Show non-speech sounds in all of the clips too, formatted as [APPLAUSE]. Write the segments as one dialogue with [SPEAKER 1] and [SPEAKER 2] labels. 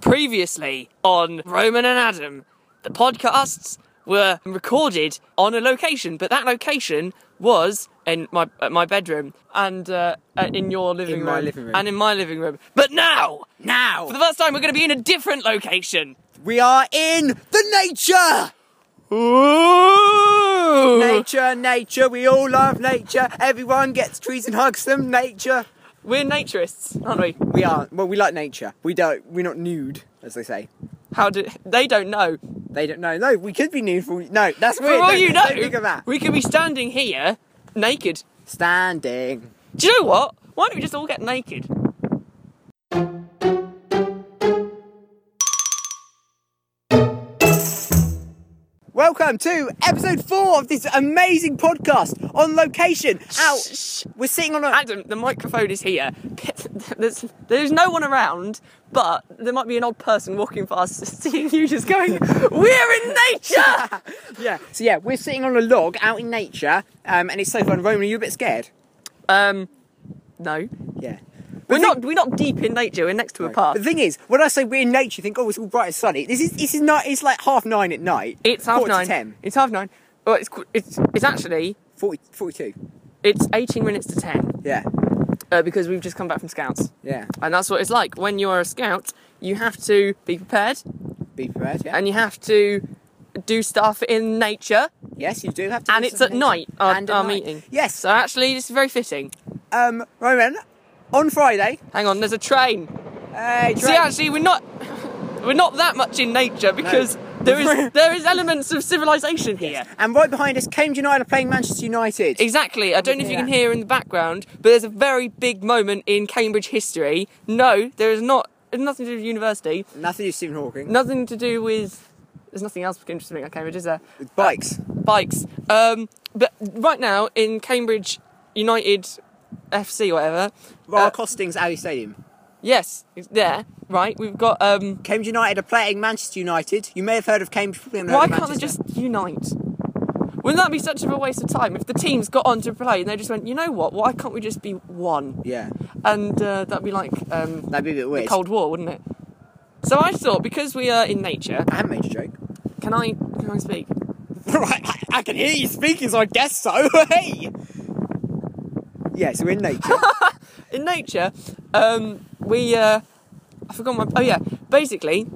[SPEAKER 1] Previously on Roman and Adam, the podcasts were recorded on a location, but that location was in my uh, my bedroom and uh, uh, in your living room,
[SPEAKER 2] my living room.
[SPEAKER 1] and in my living room. But now,
[SPEAKER 2] Now
[SPEAKER 1] for the first time, we're going to be in a different location.
[SPEAKER 2] we are in the nature.
[SPEAKER 1] Ooh.
[SPEAKER 2] Nature, nature, we all love nature. Everyone gets trees and hugs them. Nature.
[SPEAKER 1] We're naturists, aren't we?
[SPEAKER 2] We are well. We like nature. We don't. We're not nude, as they say.
[SPEAKER 1] How do they don't know?
[SPEAKER 2] They don't know. No, we could be nude for no. That's
[SPEAKER 1] For
[SPEAKER 2] weird.
[SPEAKER 1] all
[SPEAKER 2] don't-
[SPEAKER 1] you know,
[SPEAKER 2] don't think of that.
[SPEAKER 1] we could be standing here naked.
[SPEAKER 2] Standing.
[SPEAKER 1] Do you know what? Why don't we just all get naked?
[SPEAKER 2] Welcome to episode four of this amazing podcast on location. Out. We're sitting on a.
[SPEAKER 1] Adam, the microphone is here. [LAUGHS] There's, there's no one around, but there might be an odd person walking past [LAUGHS] seeing you just going, We're in
[SPEAKER 2] [LAUGHS]
[SPEAKER 1] nature!
[SPEAKER 2] yeah. So yeah, we're sitting on a log out in nature, um, and it's so fun. Roman, are you a bit scared?
[SPEAKER 1] Um, no.
[SPEAKER 2] Yeah.
[SPEAKER 1] We're not, we're not deep in nature, we're next to a park.
[SPEAKER 2] The thing is, when I say we're in nature, you think, oh, it's all bright and sunny. This is this is not. It's like half nine at night.
[SPEAKER 1] It's half
[SPEAKER 2] Quarter to
[SPEAKER 1] nine.
[SPEAKER 2] ten.
[SPEAKER 1] It's half nine. Well, it's, qu- it's, it's actually,
[SPEAKER 2] 40, 42.
[SPEAKER 1] it's 18 minutes to 10
[SPEAKER 2] Yeah.
[SPEAKER 1] uh, because we've just come back from scouts.
[SPEAKER 2] Yeah.
[SPEAKER 1] And that's what it's like. When you are a scout, you have to be prepared
[SPEAKER 2] Be prepared. Yeah.
[SPEAKER 1] and you have to do stuff in nature.
[SPEAKER 2] yes, you do have to.
[SPEAKER 1] And
[SPEAKER 2] do
[SPEAKER 1] it's at
[SPEAKER 2] something.
[SPEAKER 1] night, our,
[SPEAKER 2] And at
[SPEAKER 1] our
[SPEAKER 2] night.
[SPEAKER 1] meeting.
[SPEAKER 2] Yes.
[SPEAKER 1] So actually, this is very fitting.
[SPEAKER 2] um, Roman, on Friday.
[SPEAKER 1] Hang on, there's a train.
[SPEAKER 2] Hey,
[SPEAKER 1] See, actually, we're not we're not that much in nature because there
[SPEAKER 2] [LAUGHS]
[SPEAKER 1] is there is elements of civilization here.
[SPEAKER 2] And right behind us, Cambridge United are playing Manchester United.
[SPEAKER 1] Exactly. I don't know if you
[SPEAKER 2] Yeah.
[SPEAKER 1] can hear in the background, but there's a very big moment in Cambridge history. No, there is not. It's nothing to do with university.
[SPEAKER 2] Nothing to do with Stephen Hawking.
[SPEAKER 1] Nothing to do with. There's nothing else interesting at Cambridge, is there?
[SPEAKER 2] Bikes.
[SPEAKER 1] Uh, bikes. Um, but right now in Cambridge United FC, whatever.
[SPEAKER 2] Well,
[SPEAKER 1] uh,
[SPEAKER 2] Costings Alley Stadium.
[SPEAKER 1] yes, it's there. Right, we've got. Um,
[SPEAKER 2] Cambridge United are playing Manchester United. You may have heard of Cambridge. probably haven't heard
[SPEAKER 1] why
[SPEAKER 2] of
[SPEAKER 1] can't they
[SPEAKER 2] Manchester.
[SPEAKER 1] just unite? Wouldn't that be such of a waste of time if the teams got on to play and they just went, you know what? Why can't we just be one?
[SPEAKER 2] Yeah,
[SPEAKER 1] And uh, that'd be like um,
[SPEAKER 2] that'd be a bit weird.
[SPEAKER 1] Cold War, wouldn't it? So I thought because we are in nature,
[SPEAKER 2] I haven't made a joke.
[SPEAKER 1] can I can I speak?
[SPEAKER 2] [LAUGHS] Right, I, I can hear you speaking, so I guess so. [LAUGHS] hey! Yeah, so we're in nature.
[SPEAKER 1] in nature, um, we uh, I forgot my oh yeah. Basically,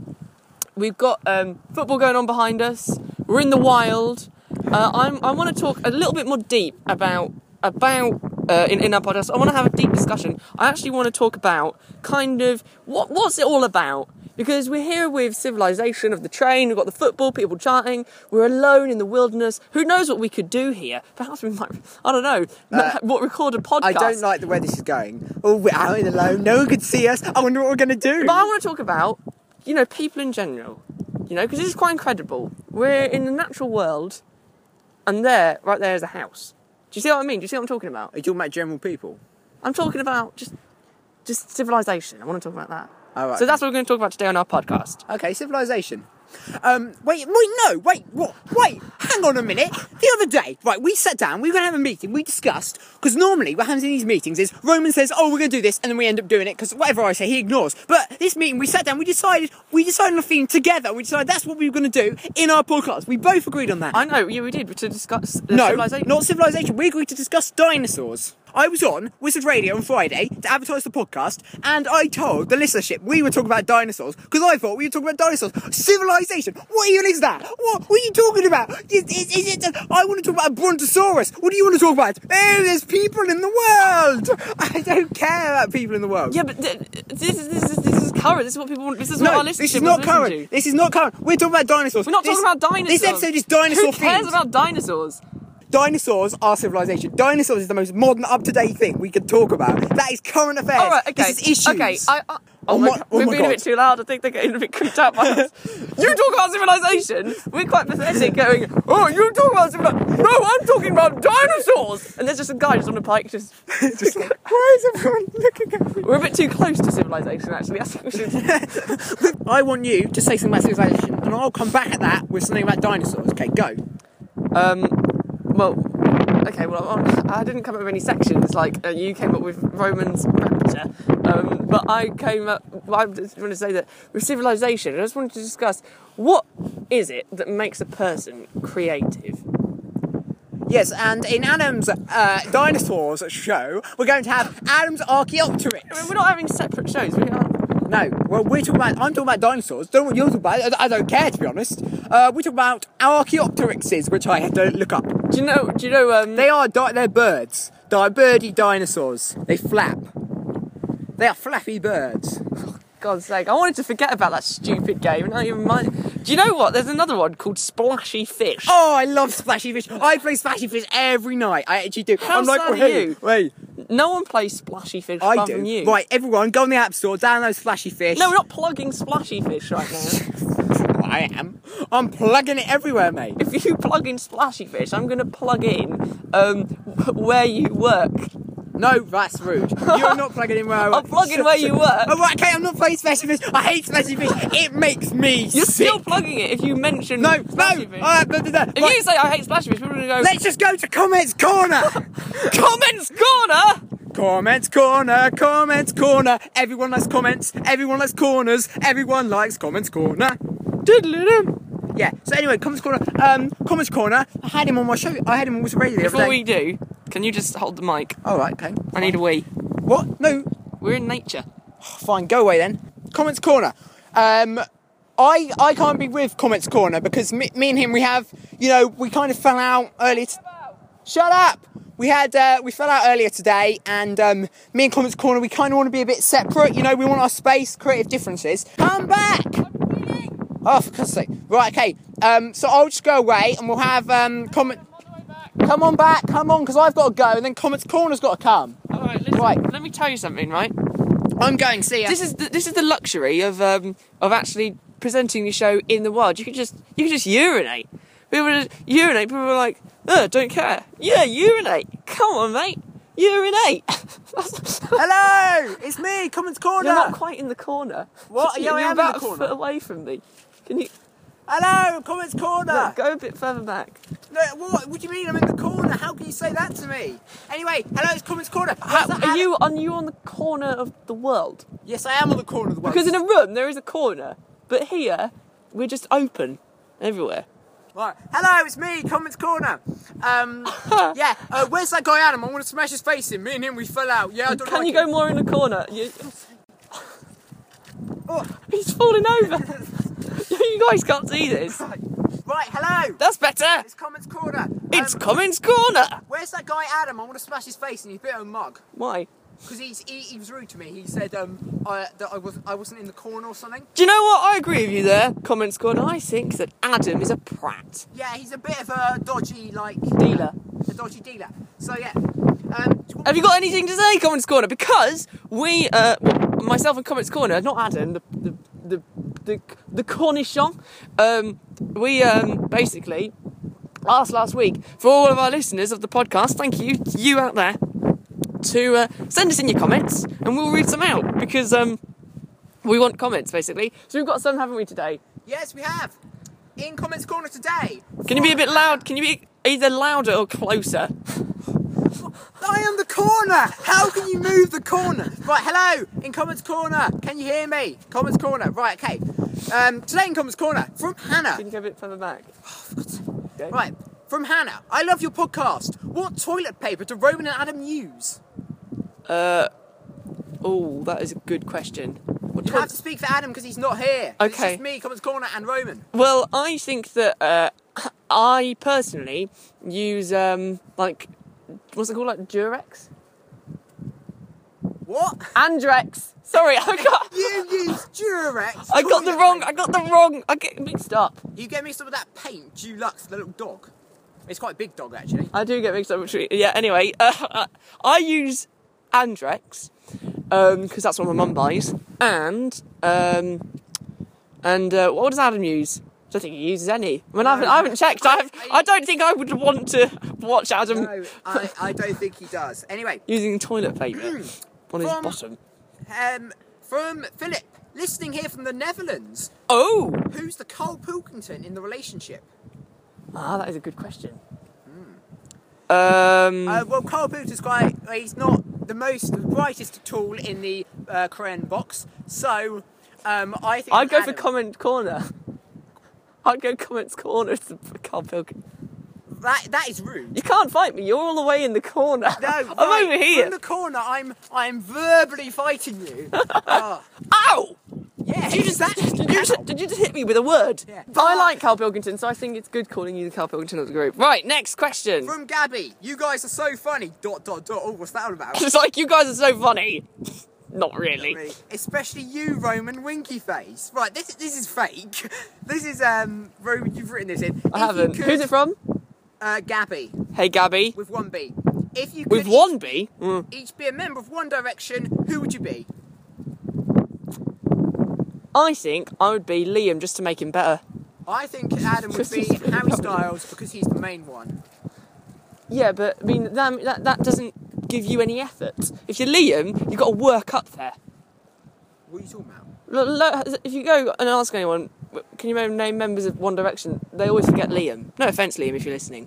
[SPEAKER 1] we've got um, football going on behind us. We're in the wild. Uh, I'm, I want to talk a little bit more deep about about uh, in, in our podcast. I want to have a deep discussion. I actually want to talk about kind of what what's it all about. Because we're here with civilization of the train, we've got the football, people chanting, we're alone in the wilderness. Who knows what we could do here? Perhaps we might, I don't know, [LAUGHS] what record a podcast.
[SPEAKER 2] Uh, I don't like the way this is going. Oh, we're out in the low, no one could see us. I wonder what we're gonna do.
[SPEAKER 1] But I want to talk about, you know, people in general. You know, because this is quite incredible. We're in the natural world, and there, right there, is a house. Do you see what I mean? Do you see what I'm talking about?
[SPEAKER 2] Are you talking about general people?
[SPEAKER 1] I'm talking about just, just civilization. I want to talk about that.
[SPEAKER 2] All right.
[SPEAKER 1] So that's what we're going to talk about today on our podcast.
[SPEAKER 2] Okay, civilization. Um, wait, wait, no, wait, what? Wait, hang on a minute. The other day, right, we sat down, we were gonna have a meeting, we discussed, because normally what happens in these meetings is Roman says, oh, we're gonna do this, and then we end up doing it, because whatever I say, he ignores. But this meeting, we sat down, we decided, we decided on a theme together, we decided that's what we were gonna do in our podcast. We both agreed on that.
[SPEAKER 1] I know. Yeah, we did to discuss the
[SPEAKER 2] no,
[SPEAKER 1] civilization.
[SPEAKER 2] not civilization. We agreed to discuss dinosaurs. I was on Wizard Radio on Friday to advertise the podcast, and I told the listenership we were talking about dinosaurs because I thought we were talking about dinosaurs. Civilization? What even is that? What, what are you talking about? Is, is, is it? I want to talk about a Brontosaurus. What do you want to talk about? Oh, there's people in the world. [LAUGHS] I don't care about people in the world.
[SPEAKER 1] Yeah, but th- this is this is this is current. This is what people want. This is what
[SPEAKER 2] No,
[SPEAKER 1] our
[SPEAKER 2] this
[SPEAKER 1] listeners
[SPEAKER 2] is not current. This is not current. We're talking about dinosaurs.
[SPEAKER 1] We're not
[SPEAKER 2] This-
[SPEAKER 1] talking about dinosaurs.
[SPEAKER 2] This episode is dinosaur
[SPEAKER 1] Who cares
[SPEAKER 2] themed.
[SPEAKER 1] about dinosaurs?
[SPEAKER 2] Dinosaurs are civilization. Dinosaurs is the most modern, up-to-date thing we could talk about. That is current affairs.
[SPEAKER 1] All right, okay.
[SPEAKER 2] This is issues.
[SPEAKER 1] Okay, I, I, oh,
[SPEAKER 2] Oh
[SPEAKER 1] my,
[SPEAKER 2] my-
[SPEAKER 1] God,
[SPEAKER 2] oh
[SPEAKER 1] we're
[SPEAKER 2] my
[SPEAKER 1] being a
[SPEAKER 2] God.
[SPEAKER 1] bit too loud. I think they're getting a bit creeped out by
[SPEAKER 2] [LAUGHS]
[SPEAKER 1] us. you talk about civilization. We're quite pathetic, going, "Oh, you talk about civilization." No, I'm talking about dinosaurs. And there's just a guy just on a bike. Just
[SPEAKER 2] [LAUGHS]
[SPEAKER 1] [LAUGHS]
[SPEAKER 2] Just like, why is everyone looking at me?
[SPEAKER 1] we're a bit too close to civilization. Actually, I think we should.
[SPEAKER 2] I want you to say something about civilization, and I'll come back at that with something about dinosaurs. Okay, go.
[SPEAKER 1] Well, okay. Well, I'm- I didn't come up with any sections. Like uh, you came up with Romans rapture, um, but I came up. well, I just want to say that with civilization, I just wanted to discuss what is it that makes a person creative.
[SPEAKER 2] Yes, and in Adam's uh, dinosaurs show, we're going to have Adam's
[SPEAKER 1] I mean,
[SPEAKER 2] Archaeopteryx.
[SPEAKER 1] we're not having separate shows. We are.
[SPEAKER 2] No, well, we're talking about. I'm talking about dinosaurs. Don't know what you're talking about. I, I don't care to be honest. Uh, we're talking about Archaeopteryxes, which I had to look up.
[SPEAKER 1] Do you know? Do you know? Um,
[SPEAKER 2] They are di- they're birds. They're birdy dinosaurs. They flap. They are flappy birds.
[SPEAKER 1] God's sake! I wanted to forget about that stupid game, and now you remind. Do you know what? There's another one called Splashy Fish.
[SPEAKER 2] Oh, I love splashy fish. I play splashy fish every night. I actually do.
[SPEAKER 1] How
[SPEAKER 2] I'm like,
[SPEAKER 1] sad are
[SPEAKER 2] wait,
[SPEAKER 1] you?"
[SPEAKER 2] wait.
[SPEAKER 1] No one plays Splashy Fish
[SPEAKER 2] I
[SPEAKER 1] apart from
[SPEAKER 2] do.
[SPEAKER 1] you.
[SPEAKER 2] Right, everyone, go on the app store, download splashy fish.
[SPEAKER 1] No, we're not plugging Splashy Fish right now.
[SPEAKER 2] I am. I'm plugging it everywhere, mate.
[SPEAKER 1] if you plug in Splashy Fish, I'm going to plug in um, wh- where you work.
[SPEAKER 2] No, that's rude. You're not plugging in where I
[SPEAKER 1] [LAUGHS] I'm
[SPEAKER 2] work.
[SPEAKER 1] plugging where you work.
[SPEAKER 2] Oh, right, okay, I'm not playing splashy fish. I hate splashy fish. It makes me
[SPEAKER 1] You're
[SPEAKER 2] sick.
[SPEAKER 1] still plugging it if you mention
[SPEAKER 2] No,
[SPEAKER 1] Splashy
[SPEAKER 2] no.
[SPEAKER 1] Fish.
[SPEAKER 2] Alright, but- but- but-
[SPEAKER 1] if
[SPEAKER 2] right,
[SPEAKER 1] you say I hate Splashy Fish, people are going to go,
[SPEAKER 2] Let's just go to
[SPEAKER 1] [LAUGHS]
[SPEAKER 2] comments corner.
[SPEAKER 1] Comments Corner!
[SPEAKER 2] Comments corner, comments corner. Everyone likes comments. Everyone likes corners. Everyone likes comments corner.
[SPEAKER 1] Diddle-dum.
[SPEAKER 2] Yeah. So anyway, comments corner. Um, comments corner. I had him on my show. I had him on Whistle Radio the other
[SPEAKER 1] Before
[SPEAKER 2] day.
[SPEAKER 1] we do, can you just hold the mic?
[SPEAKER 2] All right. Okay.
[SPEAKER 1] I need a wee.
[SPEAKER 2] What? No.
[SPEAKER 1] We're in nature.
[SPEAKER 2] Fine. Go away then. Comments corner. Um. I, I can't be with Comments Corner because me, me and him we have you know we kind of fell out earlier. T- Shut up! We had uh, we fell out earlier today, and um, me and Comments Corner we kind of want to be a bit separate. You know, we want our space, creative differences. Come back! Oh, for God's sake! Right, okay. Um, so I'll just go away, and we'll have um, comment. Come on back, come on, because I've got to go, and then Comments Corner's got to come.
[SPEAKER 1] Alright,
[SPEAKER 2] Right.
[SPEAKER 1] let me tell you something, right?
[SPEAKER 2] I'm going. See ya.
[SPEAKER 1] This is the, this is the luxury of um, of actually presenting your show in the wild. You can just you can just urinate. People just urinate. People are like, oh, don't care. Yeah, urinate. Come on, mate, urinate. [LAUGHS]
[SPEAKER 2] Hello, it's me, Comments Corner.
[SPEAKER 1] You're not quite in the corner.
[SPEAKER 2] What?
[SPEAKER 1] You-
[SPEAKER 2] Yeah,
[SPEAKER 1] You're
[SPEAKER 2] I am in the
[SPEAKER 1] about
[SPEAKER 2] corner.
[SPEAKER 1] a foot away from me. Can you
[SPEAKER 2] Hello, Comments Corner.
[SPEAKER 1] go a bit further back?
[SPEAKER 2] No, what? What do you mean? I'm in the corner. How can you say that to me? Anyway, hello, it's Comments Corner. How's that,
[SPEAKER 1] Are
[SPEAKER 2] Adam?
[SPEAKER 1] you are you on the corner of the world?
[SPEAKER 2] Yes, I am on the corner of the world.
[SPEAKER 1] Because in a room there is a corner, but here we're just open everywhere.
[SPEAKER 2] Right. Hello, it's me, Comments Corner.
[SPEAKER 1] [LAUGHS]
[SPEAKER 2] Um, yeah, uh, where's that guy Adam? I want to smash his face in. Me and him, we fell out. Yeah, I don't
[SPEAKER 1] Can
[SPEAKER 2] like
[SPEAKER 1] you go
[SPEAKER 2] it.
[SPEAKER 1] more in the corner? You-
[SPEAKER 2] Oh.
[SPEAKER 1] He's falling over. [LAUGHS] you guys can't see this.
[SPEAKER 2] Right, hello.
[SPEAKER 1] That's better.
[SPEAKER 2] It's Comments Corner.
[SPEAKER 1] It's
[SPEAKER 2] Um,
[SPEAKER 1] Cummins Corner.
[SPEAKER 2] Where's that guy Adam? I want to smash his face in. He's a bit of a mug.
[SPEAKER 1] Why?
[SPEAKER 2] Because he's he, he was rude to me. He said um I, that I was I wasn't in the corner or something.
[SPEAKER 1] Do you know what? I agree with you there. Comments Corner. I think that Adam is a prat.
[SPEAKER 2] Yeah, he's a bit of a dodgy like
[SPEAKER 1] Dealer.
[SPEAKER 2] a dodgy dealer. So yeah. Um,
[SPEAKER 1] Have you got anything to say, Comments Corner? Because we, uh, myself and Comments Corner, not Adam, the the the the, the Cornichon, um, we um, basically asked last week for all of our listeners of the podcast. Thank you, you out there, to uh, send us in your comments, and we'll read some out because um, we want comments basically. So we've got some, haven't we today?
[SPEAKER 2] Yes, we have. In comments corner today.
[SPEAKER 1] Can you be a bit loud? Can you be either louder or closer?
[SPEAKER 2] I am the corner. How can you move the corner? Right, hello. In comments corner, can you hear me? Comments corner. Right, okay. Um, today in comments corner from Hannah.
[SPEAKER 1] Can you go a bit further back?
[SPEAKER 2] Right, from Hannah. I love your podcast. What toilet paper do Roman and Adam use?
[SPEAKER 1] Oh, that is a good question. What
[SPEAKER 2] You
[SPEAKER 1] do I-
[SPEAKER 2] have to speak for Adam because he's not here. It's
[SPEAKER 1] Okay.
[SPEAKER 2] just me, Commons Corner, and Roman.
[SPEAKER 1] Well, I think that uh, [COUGHS] I personally use um, like what's it called, like Durex,
[SPEAKER 2] What? [LAUGHS]
[SPEAKER 1] Andrex. Sorry, [LAUGHS] I got
[SPEAKER 2] You use Durex.
[SPEAKER 1] I
[SPEAKER 2] [LAUGHS]
[SPEAKER 1] got the
[SPEAKER 2] toilet
[SPEAKER 1] wrong. I
[SPEAKER 2] paper.
[SPEAKER 1] got the wrong. I get mixed up.
[SPEAKER 2] You gave me some of that paint, Dulux, the little dog. It's quite a big dog, actually.
[SPEAKER 1] I do get mixed up between. Yeah. Anyway, [LAUGHS] uh, I use Andrex because that's what my mum buys, and um, and uh, what does Adam use? I don't think he uses any. I mean, I, haven't, I haven't checked. I, have, I don't think I would want to watch Adam [LAUGHS]
[SPEAKER 2] No, I, I don't think he does. Anyway,
[SPEAKER 1] using toilet paper
[SPEAKER 2] [CLEARS THROAT]
[SPEAKER 1] on his
[SPEAKER 2] From-
[SPEAKER 1] bottom.
[SPEAKER 2] um, from Philip, listening here from the Netherlands,
[SPEAKER 1] Oh,
[SPEAKER 2] who's the Cole Pilkington in the relationship?
[SPEAKER 1] ah, that is a good question. Um,
[SPEAKER 2] Uh, well, Cole Pilkington's quite. well, He's not the most the brightest tool in the uh, Korean box, so um, I think.
[SPEAKER 1] I'd go for
[SPEAKER 2] Adam-
[SPEAKER 1] comment corner. [LAUGHS] I'd go comments corner to Carl Pilkin.
[SPEAKER 2] That that is rude.
[SPEAKER 1] You can't fight me. You're all the way in the corner.
[SPEAKER 2] No,
[SPEAKER 1] [LAUGHS] I'm
[SPEAKER 2] right,
[SPEAKER 1] over here.
[SPEAKER 2] From the corner, I'm I'm verbally
[SPEAKER 1] [LAUGHS]
[SPEAKER 2] fighting you. Ah,
[SPEAKER 1] Ow!
[SPEAKER 2] yeah,
[SPEAKER 1] Did you just, [LAUGHS]
[SPEAKER 2] exactly.
[SPEAKER 1] did you just, did you just hit me with a word?
[SPEAKER 2] Yeah.
[SPEAKER 1] But I like Carl Pilkington, so I think it's good calling you the Carl Pilkington of the group. Right, next question.
[SPEAKER 2] From Gabby, you guys are so funny. Dot dot dot. Oh, what's that
[SPEAKER 1] [LAUGHS]
[SPEAKER 2] all about?
[SPEAKER 1] [LAUGHS] It's like you guys are so funny. [LAUGHS] Not really.
[SPEAKER 2] Me. Especially you, Roman Winky Face. Right, this this is fake. [LAUGHS] This is um Roman. You've written this in.
[SPEAKER 1] I haven't. Who's it from?
[SPEAKER 2] Uh, Gabby
[SPEAKER 1] Hey, Gabby.
[SPEAKER 2] with one B. If you
[SPEAKER 1] With
[SPEAKER 2] could
[SPEAKER 1] one B. Mm.
[SPEAKER 2] each be a member of One Direction, who would you be?
[SPEAKER 1] I think I would be Liam just to make him better.
[SPEAKER 2] I think
[SPEAKER 1] [LAUGHS]
[SPEAKER 2] Adam would be Harry Styles because he's the main one.
[SPEAKER 1] Yeah, but I mean that, that that doesn't give you any effort. If you're Liam, you've got to work up there.
[SPEAKER 2] What are you talking about?
[SPEAKER 1] Look, look, if you go and ask anyone, can you name members of One Direction? They always forget Liam. No offense, Liam, if you're listening.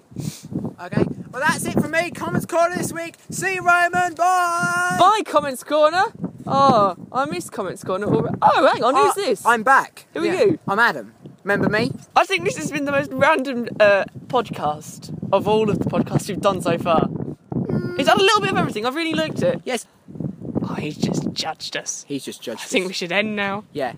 [SPEAKER 2] Okay. Well, that's it from me. Comments corner this week. See you, Roman. Bye.
[SPEAKER 1] Bye, Comments Corner. Oh, I missed Comments Corner. alre- Oh, hang on, who's
[SPEAKER 2] Ah,
[SPEAKER 1] this?
[SPEAKER 2] I'm back.
[SPEAKER 1] Who are you?
[SPEAKER 2] I'm Adam. Remember me?
[SPEAKER 1] I think this has been the most random uh, podcast of all of the podcasts you've done so far. It's had a little bit of everything. I've really liked it.
[SPEAKER 2] Yes.
[SPEAKER 1] Oh, he's just judged us.
[SPEAKER 2] He's just judged.
[SPEAKER 1] I think we should end now.
[SPEAKER 2] Yeah.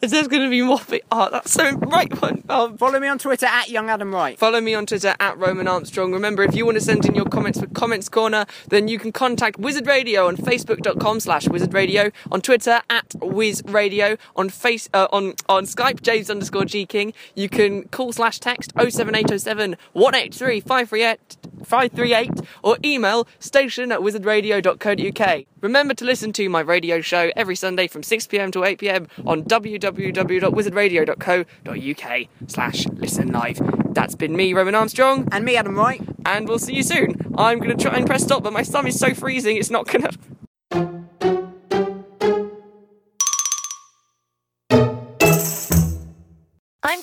[SPEAKER 1] Is there's going to be more? Be- oh, that's so right one. Oh,
[SPEAKER 2] Follow me on Twitter at Young Adam Wright.
[SPEAKER 1] Follow me on Twitter at Roman Armstrong. Remember, if you want to send in your comments for Comments Corner, then you can contact Wizard Radio on Facebook.com slash Wizard Radio, on Twitter at Wiz Radio, on face uh, on on Skype, James underscore G King. You can call slash text 07807 183 538 538 or email station at wizardradio.co.uk. Remember to listen to my radio show every Sunday from 6pm to 8pm on www.wizardradio.co.uk slash listen live. That's been me, Roman Armstrong,
[SPEAKER 2] And me, Adam Wright.
[SPEAKER 1] and we'll see you soon. I'm going to try and press stop, but my thumb is so freezing it's not going to.
[SPEAKER 3] I'm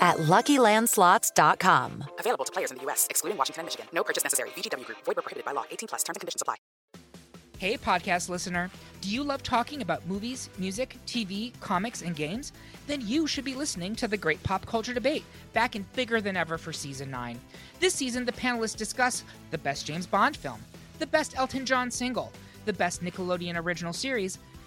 [SPEAKER 3] at LuckyLandSlots.com.
[SPEAKER 4] Available to players in the U.S., excluding Washington and Michigan. No purchase necessary. VGW Group. Void where prohibited by law. 18 plus. Terms and conditions apply.
[SPEAKER 5] Hey, podcast listener. Do you love talking about movies, music, TV, comics, and games? Then you should be listening to The Great Pop Culture Debate, back in bigger than ever for season nine. This season, the panelists discuss the best James Bond film, the best Elton John single, the best Nickelodeon original series,